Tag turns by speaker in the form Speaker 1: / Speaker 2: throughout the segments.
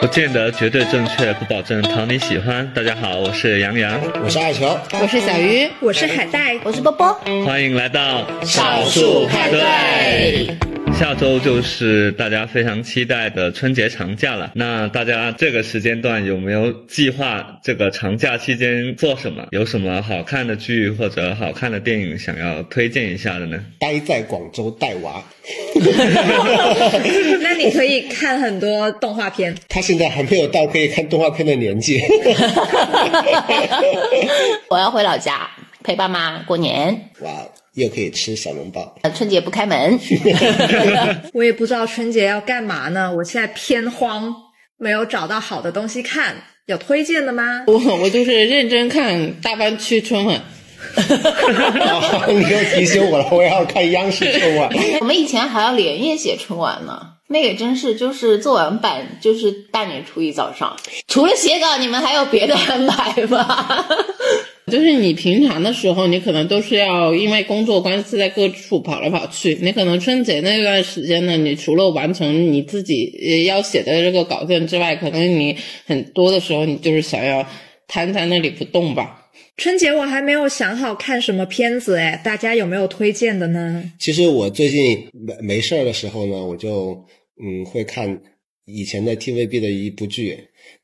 Speaker 1: 不见得绝对正确，不保证讨你喜欢。大家好，我是杨洋，
Speaker 2: 我是艾乔，
Speaker 3: 我是小鱼，
Speaker 4: 我是海带，
Speaker 5: 我是波波。
Speaker 1: 欢迎来到
Speaker 2: 少数派对。
Speaker 1: 下周就是大家非常期待的春节长假了。那大家这个时间段有没有计划这个长假期间做什么？有什么好看的剧或者好看的电影想要推荐一下的呢？
Speaker 2: 待在广州带娃，
Speaker 4: 那你可以看很多动画片。
Speaker 2: 他现在还没有到可以看动画片的年纪。
Speaker 5: 我要回老家陪爸妈过年，
Speaker 2: 哇，又可以吃小笼包，
Speaker 5: 呃春节不开门。
Speaker 4: 我也不知道春节要干嘛呢，我现在偏荒，没有找到好的东西看，有推荐的吗？
Speaker 3: 我我就是认真看大湾区春晚，
Speaker 2: 啊你又提醒我了，我要看央视春晚。
Speaker 5: 我们以前还要连夜写春晚呢，那个真是就是做完版就是大年初一早上，除了写稿，你们还有别的安排吗？
Speaker 3: 就是你平常的时候，你可能都是要因为工作关系在各处跑来跑去。你可能春节那段时间呢，你除了完成你自己呃要写的这个稿件之外，可能你很多的时候你就是想要瘫在那里不动吧。
Speaker 4: 春节我还没有想好看什么片子哎，大家有没有推荐的呢？
Speaker 2: 其实我最近没没事儿的时候呢，我就嗯会看以前的 TVB 的一部剧，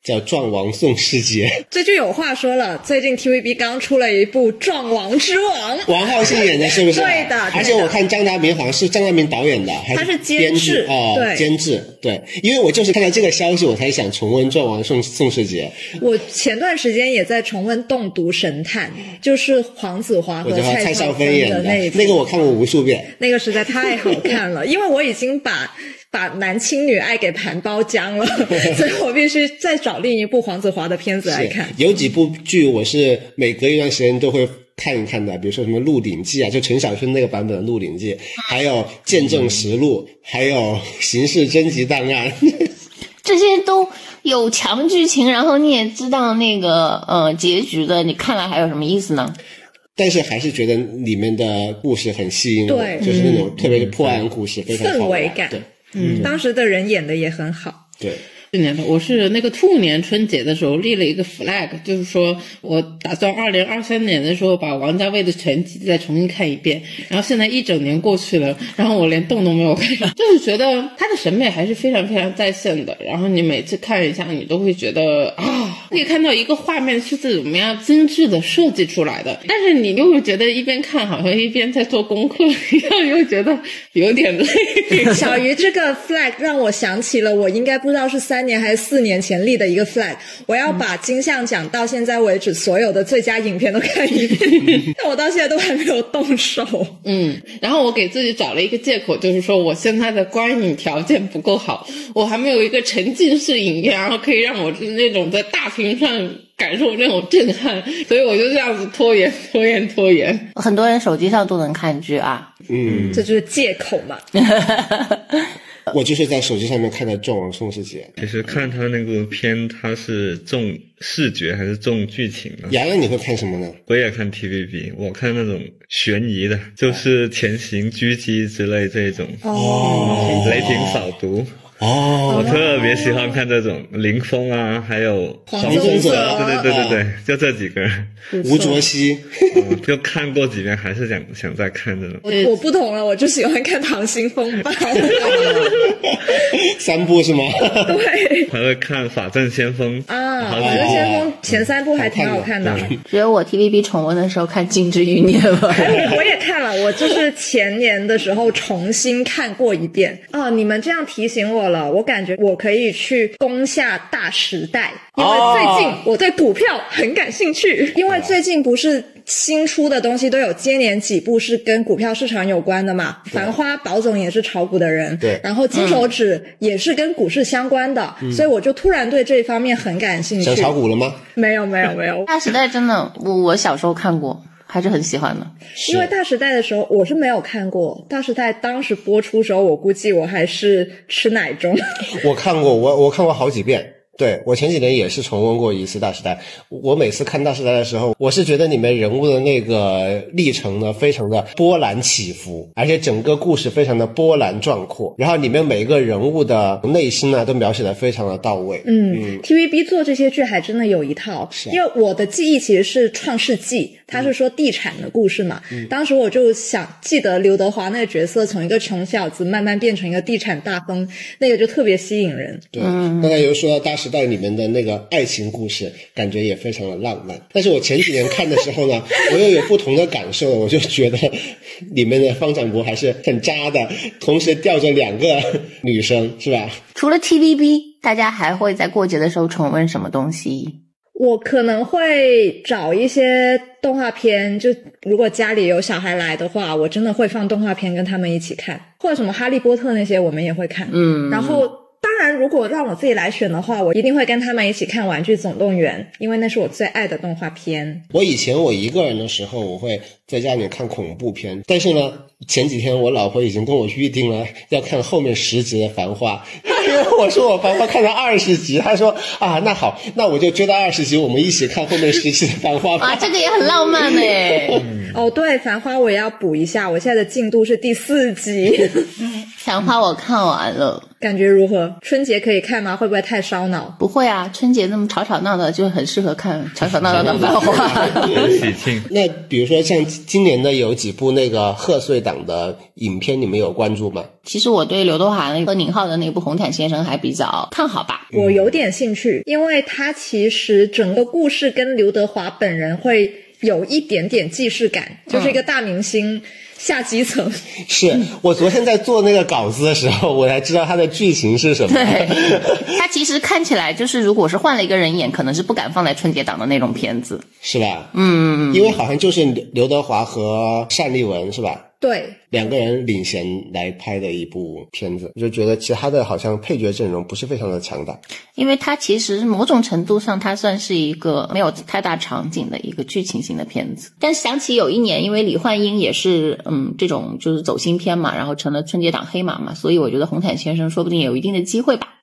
Speaker 2: 叫《壮王宋世杰》，
Speaker 4: 这就有话说了，最近 TVB 刚出了一部《壮王之王》，
Speaker 2: 王浩信演的是不是？
Speaker 4: 对的
Speaker 2: 而且
Speaker 4: 对的
Speaker 2: 我看张达明好像是张达明导演的，还
Speaker 4: 他是监
Speaker 2: 编剧
Speaker 4: 制
Speaker 2: 哦，
Speaker 4: 对
Speaker 2: 监制对，因为我就是看到这个消息，我才想重温《壮王宋宋世杰》，
Speaker 4: 我前段时间也在重温《栋笃神探》，就是黄子华
Speaker 2: 我
Speaker 4: 和
Speaker 2: 觉得蔡
Speaker 4: 啊少
Speaker 2: 少芬演
Speaker 4: 的
Speaker 2: 的
Speaker 4: 那一部
Speaker 2: 那个我看过无数遍。
Speaker 4: 那个实在太好看了，因为我已经把把男亲女爱给盘包浆了，所以我必须再找另一部黄子华的片子来
Speaker 2: 是
Speaker 4: 看。
Speaker 2: 有几部剧我是每隔一段时间都会看一看的，比如说什么《鹿鼎记》啊，就陈小春那个版本的《鹿鼎记》，还有《见证实录》，还有《刑事侦缉档案》
Speaker 5: 这些都有强剧情，然后你也知道那个呃结局的，你看了还有什么意思呢？
Speaker 2: 但是还是觉得里面的故事很吸引我，
Speaker 4: 对
Speaker 2: 就是那种特别是破案故事，非常好
Speaker 4: 氛
Speaker 2: 玩
Speaker 4: 围感
Speaker 2: 对，
Speaker 4: 嗯，当时的人演的也很好。
Speaker 2: 对，
Speaker 3: 去年的，我是那个兔年春节的时候立了一个 flag，就是说我打算二零二三年的时候把王家卫的全集再重新看一遍。然后现在一整年过去了，然后我连动都没有看， 就是觉得他的审美还是非常非常在线的。然后你每次看一下，你都会觉得啊，可以看到一个画面是怎么样精致的设计出来的，但是你又会觉得一边看好像一边在做功课一样，又觉得有点累。嗯
Speaker 4: 小鱼这个 flag 让我想起了我应该不知道是三年还是四年前立的一个 flag，我要把金像奖到现在为止所有的最佳影片都看一遍，但我到现在都还没有动手。
Speaker 3: 嗯，然后我给自己找了一个借口，就是说我现在的观影条件不够好，我还没有一个沉浸式影院，然后可以让我那种在大屏上感受那种震撼，所以我就这样子拖延、拖延、拖延。
Speaker 5: 很多人手机上都能看剧啊，
Speaker 2: 嗯，
Speaker 4: 这就是借口嘛，
Speaker 2: 我就是在手机上面看的《壮王宋世杰
Speaker 1: 其实看他那部片，他是重视觉还是重剧情呢》。？
Speaker 2: 洋洋，你会看什么呢？
Speaker 1: 我也看 TVB，我看那种悬疑的，就是《潜行狙击》之类这种，
Speaker 4: 哦
Speaker 1: 雷霆扫毒，
Speaker 2: 哦
Speaker 1: 我特别喜欢看这种林峰啊，还有
Speaker 4: 黄哦
Speaker 2: 宗泽
Speaker 1: 对啊对对对对，就这几个，
Speaker 2: 吴卓羲，
Speaker 1: 嗯就看过几遍，还是想想再看这种。
Speaker 4: 我我不同了，我就喜欢看《溏心风暴》。
Speaker 2: 三部是吗？
Speaker 4: 对
Speaker 1: 还会看《法证先锋》
Speaker 4: 啊，
Speaker 1: 好
Speaker 4: 《
Speaker 1: 几
Speaker 4: 反正
Speaker 1: 遍
Speaker 4: 先
Speaker 2: 哦
Speaker 4: 锋》前三部还挺好看的。
Speaker 2: 嗯
Speaker 5: 只有我 TVB 重温的时候看《禁止余孽》吧。
Speaker 4: 哎，我我也看了，我就是前年的时候重新看过一遍。哦，你们这样提醒我了，我感觉我可以去攻下大时代，因为最近
Speaker 5: 哦
Speaker 4: 我对股票很感兴趣。因为最近不是新出的东西都有接连几部是跟股票市场有关的嘛，《繁花》宝总也是炒股的人，
Speaker 2: 对嗯
Speaker 4: 然后金手指也是跟股市相关的，所以我就突然对这一方面很感兴趣
Speaker 2: 想。炒股了吗？
Speaker 4: 没有没有没有，
Speaker 5: 大时代真的，我我小时候看过，还是很喜欢的。
Speaker 2: 是
Speaker 4: 因为《大时代》的时候，我是没有看过《大时代》当时播出时候，我估计我还是吃奶中。
Speaker 2: 我看过，我我看过好几遍。对我前几年也是重温过一次《大时代》，我每次看《大时代》的时候，我是觉得里面人物的那个历程呢，非常的波澜起伏，而且整个故事非常的波澜壮阔，然后里面每一个人物的内心呢，都描写的非常的到位。
Speaker 4: 嗯，TVB 做这些剧还真的有一套，
Speaker 2: 是啊
Speaker 4: 因为我的记忆其实是《创世纪》，它是说地产的故事嘛。
Speaker 2: 嗯
Speaker 4: 当时我就想记得刘德华那个角色从一个穷小子慢慢变成一个地产大亨，那个就特别吸引人。
Speaker 2: 对，刚才有说到《大时代》里面的那个爱情故事，感觉也非常的浪漫。但是我前几年看的时候呢， 我又有不同的感受了，我就觉得里面的方展博还是很渣的，同时吊着两个女生，是吧？
Speaker 5: 除了 TVB，大家还会在过节的时候重温什么东西？
Speaker 4: 我可能会找一些动画片，就如果家里有小孩来的话，我真的会放动画片跟他们一起看，或者什么《哈利波特》那些，我们也会看。
Speaker 5: 嗯，
Speaker 4: 然后，当然，如果让我自己来选的话，我一定会跟他们一起看《玩具总动员》，因为那是我最爱的动画片。
Speaker 2: 我以前我一个人的时候，我会在家里看恐怖片，但是呢，前几天我老婆已经跟我预定了要看后面十集的《繁花》，因为我说我《繁花》看到二十集，她说啊，那好，那我就追到二十集，我们一起看后面十集的《繁花》吧。
Speaker 5: 啊，这个也很浪漫呢、
Speaker 4: 哦，对，《繁花》我也要补一下，我现在的进度是第四集，
Speaker 5: 繁花我看完了，
Speaker 4: 感觉如何？春节可以看吗？会不会太烧脑？
Speaker 5: 不会啊，春节那么吵吵闹闹就很适合看吵吵闹闹的繁 花。
Speaker 1: 喜庆。
Speaker 2: 那比如说像今年的有几部那个贺岁档的影片，你们有关注吗？
Speaker 5: 其实我对刘德华那个和宁浩的那部《红毯先生》还比较看好吧。
Speaker 4: 我有点兴趣，因为它其实整个故事跟刘德华本人会有一点点既视感，
Speaker 5: 嗯
Speaker 4: 就是一个大明星下基 层。
Speaker 2: 是我昨天在做那个稿子的时候，我才知道它的剧情是什么。
Speaker 5: 对，他其实看起来就是，如果是换了一个人演，可能是不敢放在春节档的那种片子。
Speaker 2: 是吧？
Speaker 5: 嗯，
Speaker 2: 因为好像就是刘刘德华和单立文是吧？
Speaker 4: 对，
Speaker 2: 两个人领衔来拍的一部片子，我就觉得其他的好像配角阵容不是非常的强大。
Speaker 5: 因为它其实某种程度上，它算是一个没有太大场景的一个剧情型的片子。但想起有一年，因为李焕英也是嗯这种就是走心片嘛，然后成了春节档黑马嘛，所以我觉得红毯先生说不定有一定的机会吧。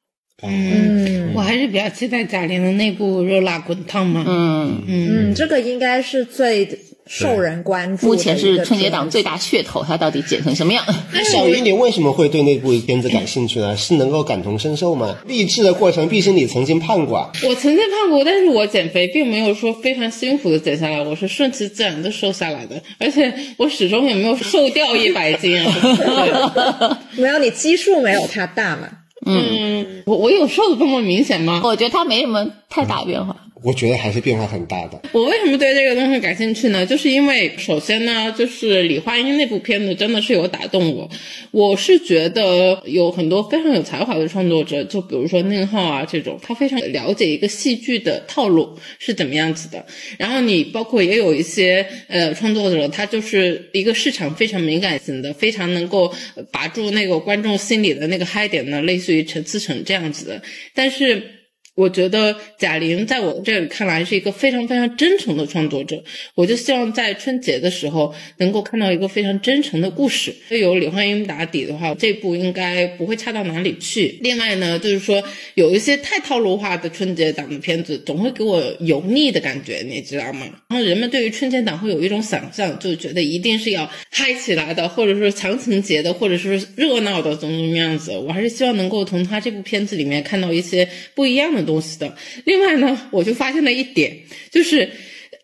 Speaker 1: 嗯，
Speaker 4: 嗯
Speaker 3: 我还是比较期待贾玲的那部《热辣滚烫》嘛。
Speaker 5: 嗯，
Speaker 4: 嗯，这个应该是最受人关注的
Speaker 5: 目
Speaker 4: 一个片
Speaker 5: 前
Speaker 4: 子。
Speaker 5: 是春节档最大噱头，它到底剪成什么样？
Speaker 2: 小鱼，你为什么会对那部片子感兴趣呢？是能够感同身受吗？励志的过程，毕竟你曾经胖过啊。
Speaker 3: 我曾经胖过，但是我减肥并没有说非常辛苦的减下来，我是顺其自然的瘦下来的，而且我始终也没有瘦掉一百斤 啊。对
Speaker 4: 没有你基数没有它大嘛？
Speaker 3: 嗯，我我有瘦的这么明显吗？
Speaker 5: 我觉得它没什么太大变化。
Speaker 2: 我觉得还是变化很大的。
Speaker 3: 我为什么对这个东西感兴趣呢？就是因为首先呢，就是李焕英那部片子真的是有打动我。我是觉得有很多非常有才华的创作者，就比如说宁浩啊这种，他非常了解一个戏剧的套路是怎么样子的。然后你包括也有一些呃创作者，他就是一个市场非常敏感型的，非常能够呃把住那个观众心里的那个嗨点呢，类似于陈思诚这样子的。但是我觉得贾玲在我这里看来是一个非常非常真诚的创作者，我就希望在春节的时候能够看到一个非常真诚的故事。有李焕英打底的话，这部应该不会差到哪里去。另外呢，就是说有一些太套路化的春节档的片子，总会给我油腻的感觉，你知道吗？然后人们对于春节档会有一种想象，就觉得一定是要嗨起来的，或者说强情节的，或者是热闹的，怎么怎么样子。我还是希望能够从他这部片子里面看到一些不一样的东西的。另外呢，我就发现了一点，就是。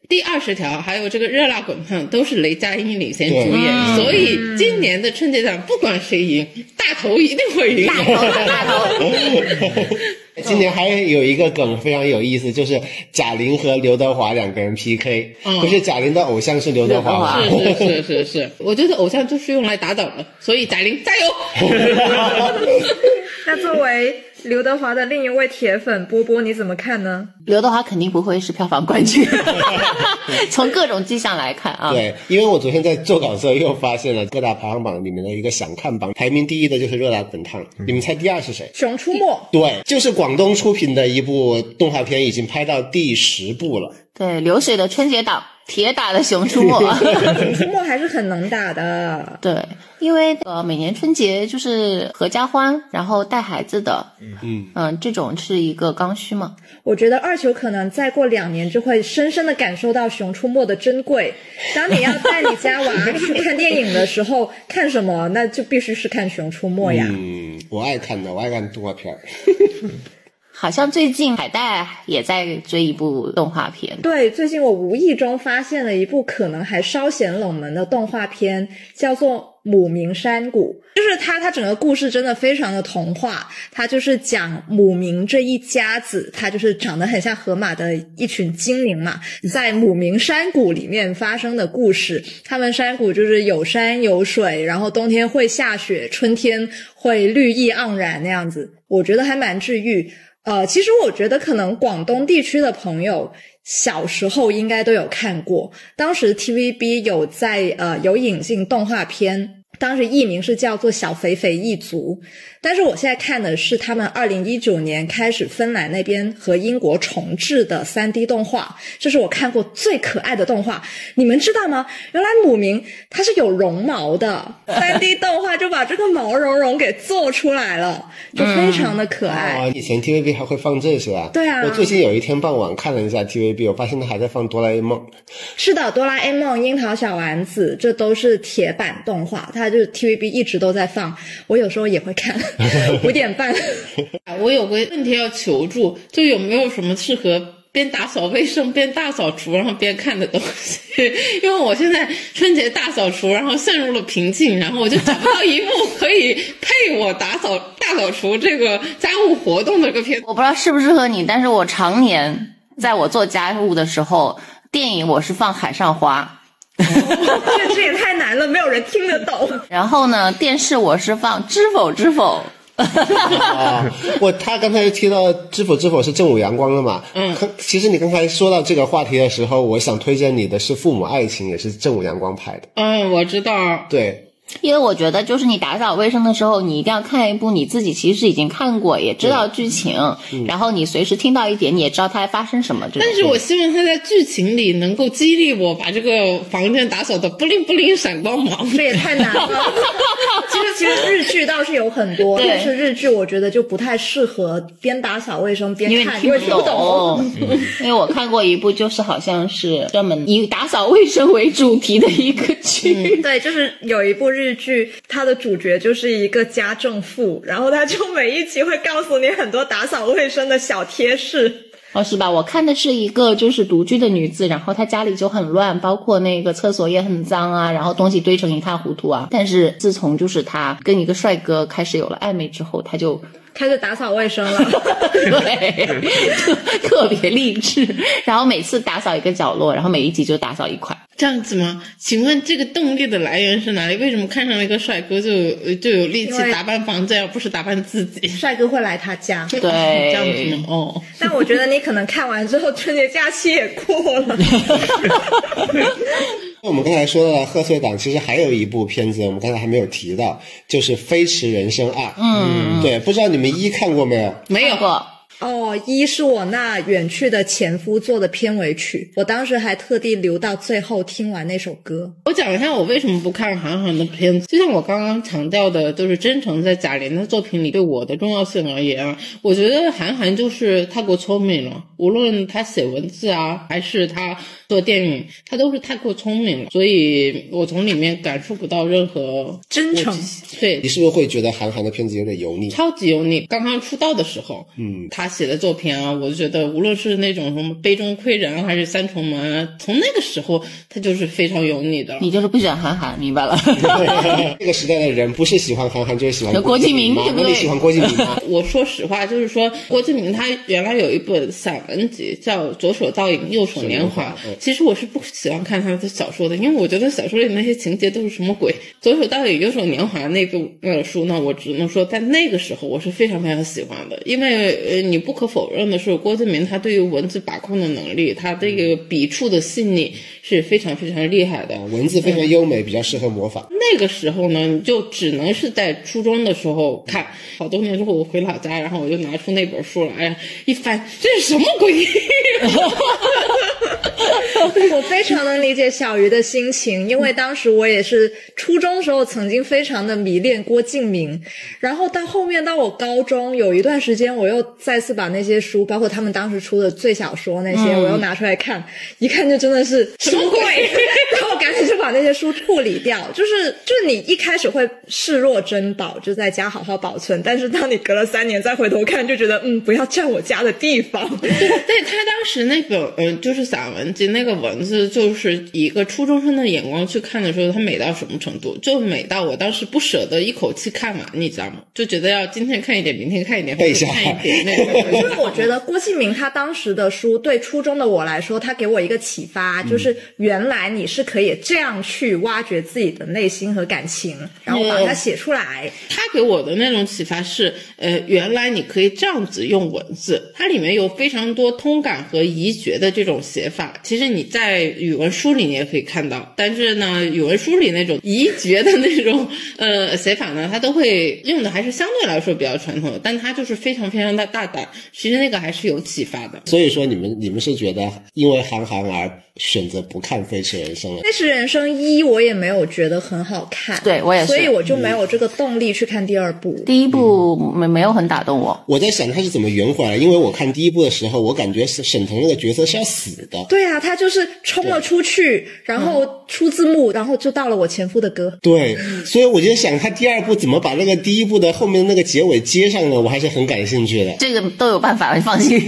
Speaker 3: 第二十条，还有这个《热辣滚烫》都是雷佳音领衔主演，所以今年的春节档不管谁赢，大头一定会赢。大头，大头，
Speaker 2: 今年还有一个梗非常有意思，就是贾玲和刘德华两个人 PK，、
Speaker 3: 嗯
Speaker 2: 不是贾玲的偶像是刘德华吗？
Speaker 5: 刘
Speaker 3: 是是是是是，我觉得偶像就是用来打倒的，所以贾玲加 油！
Speaker 4: 那作为刘德华的另一位铁粉波波，你怎么看呢？
Speaker 5: 刘德华肯定不会是票房冠军， 从各种迹象来看啊。
Speaker 2: 对，因为我昨天在做稿子的时候又发现了各大排行榜里面的一个想看榜，排名第一的就是《热辣滚烫》，你们猜第二是谁？
Speaker 4: 《熊出 没
Speaker 2: 对，就是广东出品的一部动画片，已经拍到第十部了。
Speaker 5: 对流水的春节档铁打的熊 出没。
Speaker 4: 熊出没还是很能打的。
Speaker 5: 对，因为呃，每年春节就是合家欢，然后带孩子的，
Speaker 2: 嗯
Speaker 5: 嗯、这种是一个刚需嘛。
Speaker 4: 我觉得二球可能再过两年就会深深的感受到《熊出没》的珍贵。当你要带你家娃去看电影的时候，看什么？那就必须是看《熊出没》哎呀。
Speaker 2: 嗯，我爱看的，我爱看动画片儿。
Speaker 5: 好像最近海带也在追一部动画片，
Speaker 4: 对，最近我无意中发现了一部可能还稍显冷门的动画片，叫做《母明山谷》。就是它，它整个故事真的非常的童话。它就是讲母明这一家子，它就是长得很像河马的一群精灵嘛，在母明山谷里面发生的故事。他们山谷就是有山有水，然后冬天会下雪，春天会绿意盎然那样子。我觉得还蛮治愈。呃，其实我觉得可能广东地区的朋友小时候应该都有看过，当时 TVB 有在呃有引进动画片，当时译名是叫做《小肥肥一族》，但是我现在看的是他们二零一九年开始芬兰那边和英国重制的三 D 动画，这是我看过最可爱的动画。你们知道吗？原来母明它是有绒毛的，三 D 动画就把这个毛茸茸给做出来了，就非常的可爱。
Speaker 2: 哦，以前 TVB 还会放这些啊？
Speaker 4: 对啊
Speaker 2: 我最近有一天傍晚看了一下 TVB，我发现它还在放《哆啦 A 梦》。
Speaker 4: 是的，哆啦 A 梦、樱桃小丸子，这都是铁板动画，它就是 TVB 一直都在放，我有时候也会看， 五点 半。
Speaker 3: 啊我有个问题要求助，就有没有什么适合边打扫卫生边大扫除，然后边看的东西？ 因为我现在春节大扫除，然后陷入了瓶颈，然后我就找不到一部可以配我打扫大扫除这个家务活动的一个片子。
Speaker 5: 我不知道适不适合你，但是我常年在我做家务的时候，电影我是放《海上花
Speaker 4: 这这也太难了，没有人听得懂。》，
Speaker 5: 然后呢，电视我是放《知否知否》。
Speaker 2: 啊，我他刚才提到《知否知否》是正午阳光了嘛？嗯，其实你刚才说到这个话题的时候，我想推荐你的是《父母爱情》，也是正午阳光拍的。
Speaker 3: 嗯，我知道，
Speaker 2: 对，
Speaker 5: 因为我觉得，就是你打扫卫生的时候，你一定要看一部你自己其实已经看过，也知道剧情，然后你随时听到一点，你也知道它发生什么。这种
Speaker 3: 但是我希望他在剧情里能够激励我把这个房间打扫的不灵不灵闪光芒。
Speaker 4: 这也太难了。其实其实日剧倒是有很多，
Speaker 5: 对
Speaker 4: 但是日剧我觉得就不太适合边打扫卫生边
Speaker 5: 因为你
Speaker 4: 看，
Speaker 5: 听
Speaker 4: 因为听不懂。
Speaker 5: 懂，因为我看过一部，就是好像是专门以打扫卫生为主题的一个 剧。
Speaker 4: 对，就是有一部日剧，它的主角就是一个家政妇，然后他就每一集会告诉你很多打扫卫生的小贴士。
Speaker 5: 哦，是吧？我看的是一个就是独居的女子，然后她家里就很乱，包括那个厕所也很脏啊，然后东西堆成一塌糊涂啊。但是自从就是她跟一个帅哥开始有了暧昧之后，她就
Speaker 4: 开始打扫卫生 了，
Speaker 5: 对，就特别励志。然后每次打扫一个角落，然后每一集就打扫一块。
Speaker 3: 这样子吗？请问这个动力的来源是哪里？为什么看上了一个帅哥就有就有力气
Speaker 4: 因为
Speaker 3: 打扮房间，而不是打扮自己？
Speaker 4: 帅哥会来他家。
Speaker 3: 对 这样子吗？哦，
Speaker 4: 但我觉得你可能看完之后，春节假期也过 了。
Speaker 2: 那我们刚才说到了贺岁档，其实还有一部片子我们刚才还没有提到，就是《飞驰人生二》。嗯，对，不知道你们一看过没有？
Speaker 3: 没有，
Speaker 5: 过
Speaker 4: 哦，一是我那远去的前夫做的片尾曲，我当时还特地留到最后听完那首歌。
Speaker 3: 我讲一下我为什么不看韩寒的片子。就像我刚刚强调的，就是真诚在贾玲的作品里对我的重要性而言啊，我觉得韩寒就是太过聪明了。无论他写文字啊，还是他做电影，他都是太过聪明了，所以我从里面感受不到任何
Speaker 4: 真诚
Speaker 3: 我对
Speaker 2: 你，是不是会觉得韩寒的片子有点油腻？
Speaker 3: 超级油腻。刚刚出道的时候，
Speaker 2: 嗯，
Speaker 3: 他写的作品啊，我就觉得无论是那种什么《杯中窥人》还是《三重门》啊，从那个时候他就是非常油腻的了。
Speaker 5: 你就是不喜欢韩寒，明白了？
Speaker 2: 这个时代的人不是喜欢韩寒就是喜欢
Speaker 5: 有郭敬明
Speaker 2: 吗
Speaker 5: 对不
Speaker 2: 那
Speaker 5: 对
Speaker 2: 你喜欢郭敬明吗？
Speaker 3: 我说实话，就是说郭敬明他原来有一本散文集叫《左手倒影，右手年华》
Speaker 2: 嗯。
Speaker 3: 其实我是不喜欢看他的小说的，因为我觉得小说里那些情节都是什么鬼。《左手倒影，右手年华》那个呃书呢，我只能说在那个时候我是非常非常喜欢的，因为呃你不可否认的是，郭敬明他对于文字把控的能力，他这个笔触的细腻是非常非常厉害的。
Speaker 2: 啊文字非常优美，比较适合模仿。
Speaker 3: 那个时候呢，你就只能是在初中的时候看。好多年之后，我回老家，然后我就拿出那本书来，一翻，这是什么鬼？
Speaker 4: 我非常能理解小鱼的心情，因为当时我也是初中时候曾经非常的迷恋郭敬明，然后到后面到我高中有一段时间，我又再次把那些书，包括他们当时出的最小说那些，
Speaker 5: 嗯
Speaker 4: 我又拿出来看，一看就真的是什么鬼， 然后赶紧就把那些书处理掉。就是就是哎你一开始会视若珍宝，就在家好好保存，但是当你隔了三年再回头看，就觉得嗯，不要占我家的地方。
Speaker 3: 对他当时那本嗯，就是散文集那个文字，就是以一个初中生的眼光去看的时候，它美到什么程度？就美到我当时不舍得一口气看完，你知道吗？就觉得要今天看一点，明天看一点，后
Speaker 2: 背
Speaker 3: 天
Speaker 2: 下
Speaker 3: 看
Speaker 2: 来
Speaker 3: 一点那种。
Speaker 4: 因为我觉得郭敬明他当时的书对初中的我来说，他给我一个启
Speaker 5: 嗯
Speaker 4: 发，就是原来你是可以这样去挖掘自己的内心和感情，然后把它写出来。
Speaker 3: 他给我的那种启发是，呃，原来你可以这样子用文字，它里面有非常多通感和移觉的这种写法。其实你在语文书里你也可以看到，但是呢，语文书里那种移觉的那种呃写法呢，它都会用的还是相对来说比较传统的，但它就是非常非常的大胆。其实那个还是有启发的。
Speaker 2: 所以说你们你们是觉得因为韩寒而选择不看《飞驰人生》了？
Speaker 4: 那是人生一，我也没有觉得很好看，
Speaker 5: 对我也是嗯
Speaker 4: 所以我就没有这个动力去看第二部。
Speaker 5: 第一部没没有很打动我，
Speaker 2: 我在想他是怎么圆回来，因为我看第一部的时候，我感觉沈沈腾那个角色是要死的。
Speaker 4: 对啊，他就是冲了出去，然
Speaker 5: 嗯
Speaker 4: 后出字幕，然后就到了我前夫的歌。
Speaker 2: 对，所以我就想他第二部怎么把那个第一部的后面那个结尾接上呢？我还是很感兴趣的。
Speaker 5: 这个都有办法，你放心，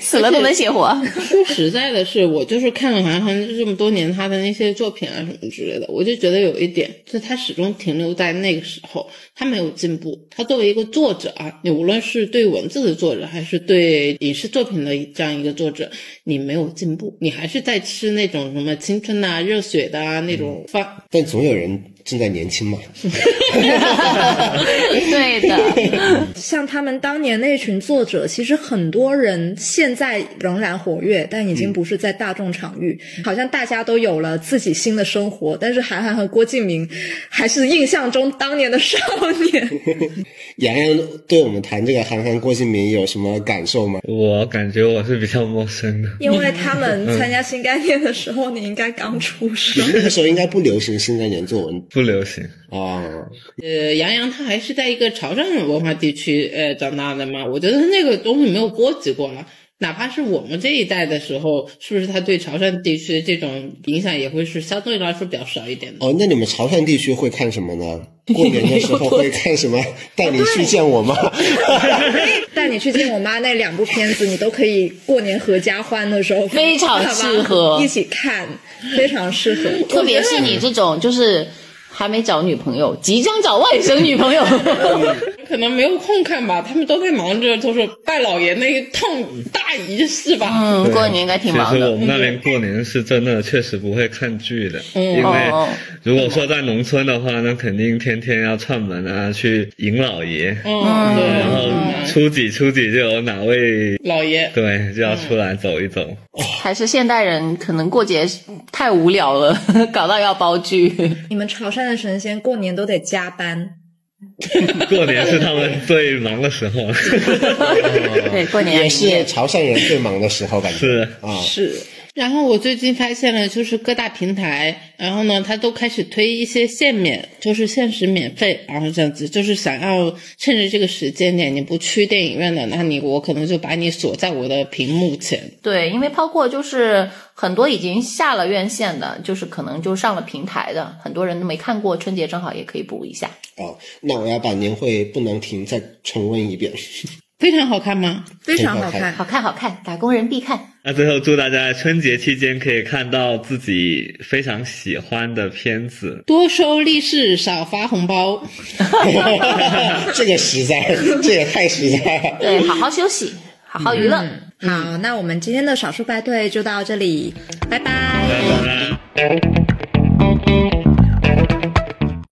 Speaker 5: 死了都能写活。
Speaker 3: 说实在的是，我就是看了韩寒这么多年他的那些作品啊什么之类的，我就觉得有一点，就他始终停留在那个时候，他没有进步。他作为一个作者啊，你无论是对文字的作者，还是对影视作品的这样一个作者，你没有进步，你还是在吃那种什么青春呐、热血的啊那种饭。
Speaker 2: 但总有人正在年轻嘛。
Speaker 5: 对的，
Speaker 4: 像他们当年那群作者，其实很多人现在仍然活跃，但已
Speaker 5: 嗯
Speaker 4: 经不是在大众场域，好像大家都有了自己新的生活。但是韩寒和郭敬明还是印象中当年的少年。
Speaker 2: 洋洋对我们谈这个韩寒、郭敬明有什么感受吗？
Speaker 1: 我感觉我是比较陌生的。
Speaker 4: 因为他们
Speaker 5: 嗯
Speaker 4: 参加新概念的时候，你应该刚出生。
Speaker 2: 那个时候应该不流行新概念作文
Speaker 1: 不流行，
Speaker 2: 哦，
Speaker 3: 呃，杨洋他还是在一个潮汕文化地区呃长大的嘛，我觉得他那个东西没有波及过了。哪怕是我们这一代的时候，是不是他对潮汕地区这种影响也会是相对来说比较少一点的？
Speaker 2: 哦，那你们潮汕地区会看什么呢？过年的时候会看什么？带你去见我吗？
Speaker 4: 带你去见我妈那两部片子，你都可以过年合家欢的时候
Speaker 5: 非常
Speaker 4: 爸爸
Speaker 5: 适合
Speaker 4: 一起看，非常适合。
Speaker 5: 特别是你这种就是还没找女朋友，即将找外甥女朋友，
Speaker 3: 可能没有空看吧，他们都在忙着就是拜老爷那一趟大仪式吧。
Speaker 5: 嗯，
Speaker 1: 对
Speaker 5: 过年应该挺忙
Speaker 1: 其实
Speaker 5: 的
Speaker 1: 我。们那边过年是真的确实不会看剧的，
Speaker 3: 嗯
Speaker 1: 因
Speaker 5: 哦
Speaker 1: 为如果说在农村的话，那肯定天天要串门啊，去迎老爷，
Speaker 3: 嗯，对，
Speaker 1: 然后初几初几就有哪位
Speaker 3: 老爷，
Speaker 1: 对就要出来走一走。
Speaker 5: 还是现代人可能过节太无聊了， 搞到要包剧。
Speaker 4: 你们潮汕的神仙过年都得加班，
Speaker 1: 过年是他们最忙的时 候，
Speaker 5: 对，过年
Speaker 2: 也是潮汕人最忙的时候，感觉
Speaker 1: 是
Speaker 2: 啊，
Speaker 4: 是
Speaker 3: 然后我最近发现了，就是各大平台，然后呢，它都开始推一些限免，就是限时免费，然后这样子，就是想要趁着这个时间点，你不去电影院的，那你我可能就把你锁在我的屏幕前。
Speaker 5: 对，因为包括就是很多已经下了院线的，就是可能就上了平台的，很多人都没看过，春节正好也可以补一下。
Speaker 2: 哦，那我要把年会不能停再重温一遍。
Speaker 3: 非常好看吗？
Speaker 4: 非常好
Speaker 2: 非常
Speaker 4: 看。
Speaker 5: 好看，好看，打工人必看。
Speaker 1: 那最后祝大家春节期间可以看到自己非常喜欢的片子。
Speaker 3: 多收利是，少发红包。
Speaker 2: 这个实在，这也太实在了。
Speaker 5: 对，好好休息，好好娱乐。
Speaker 4: 嗯好，那我们今天的少数派对就到这里，拜拜
Speaker 1: 拜拜。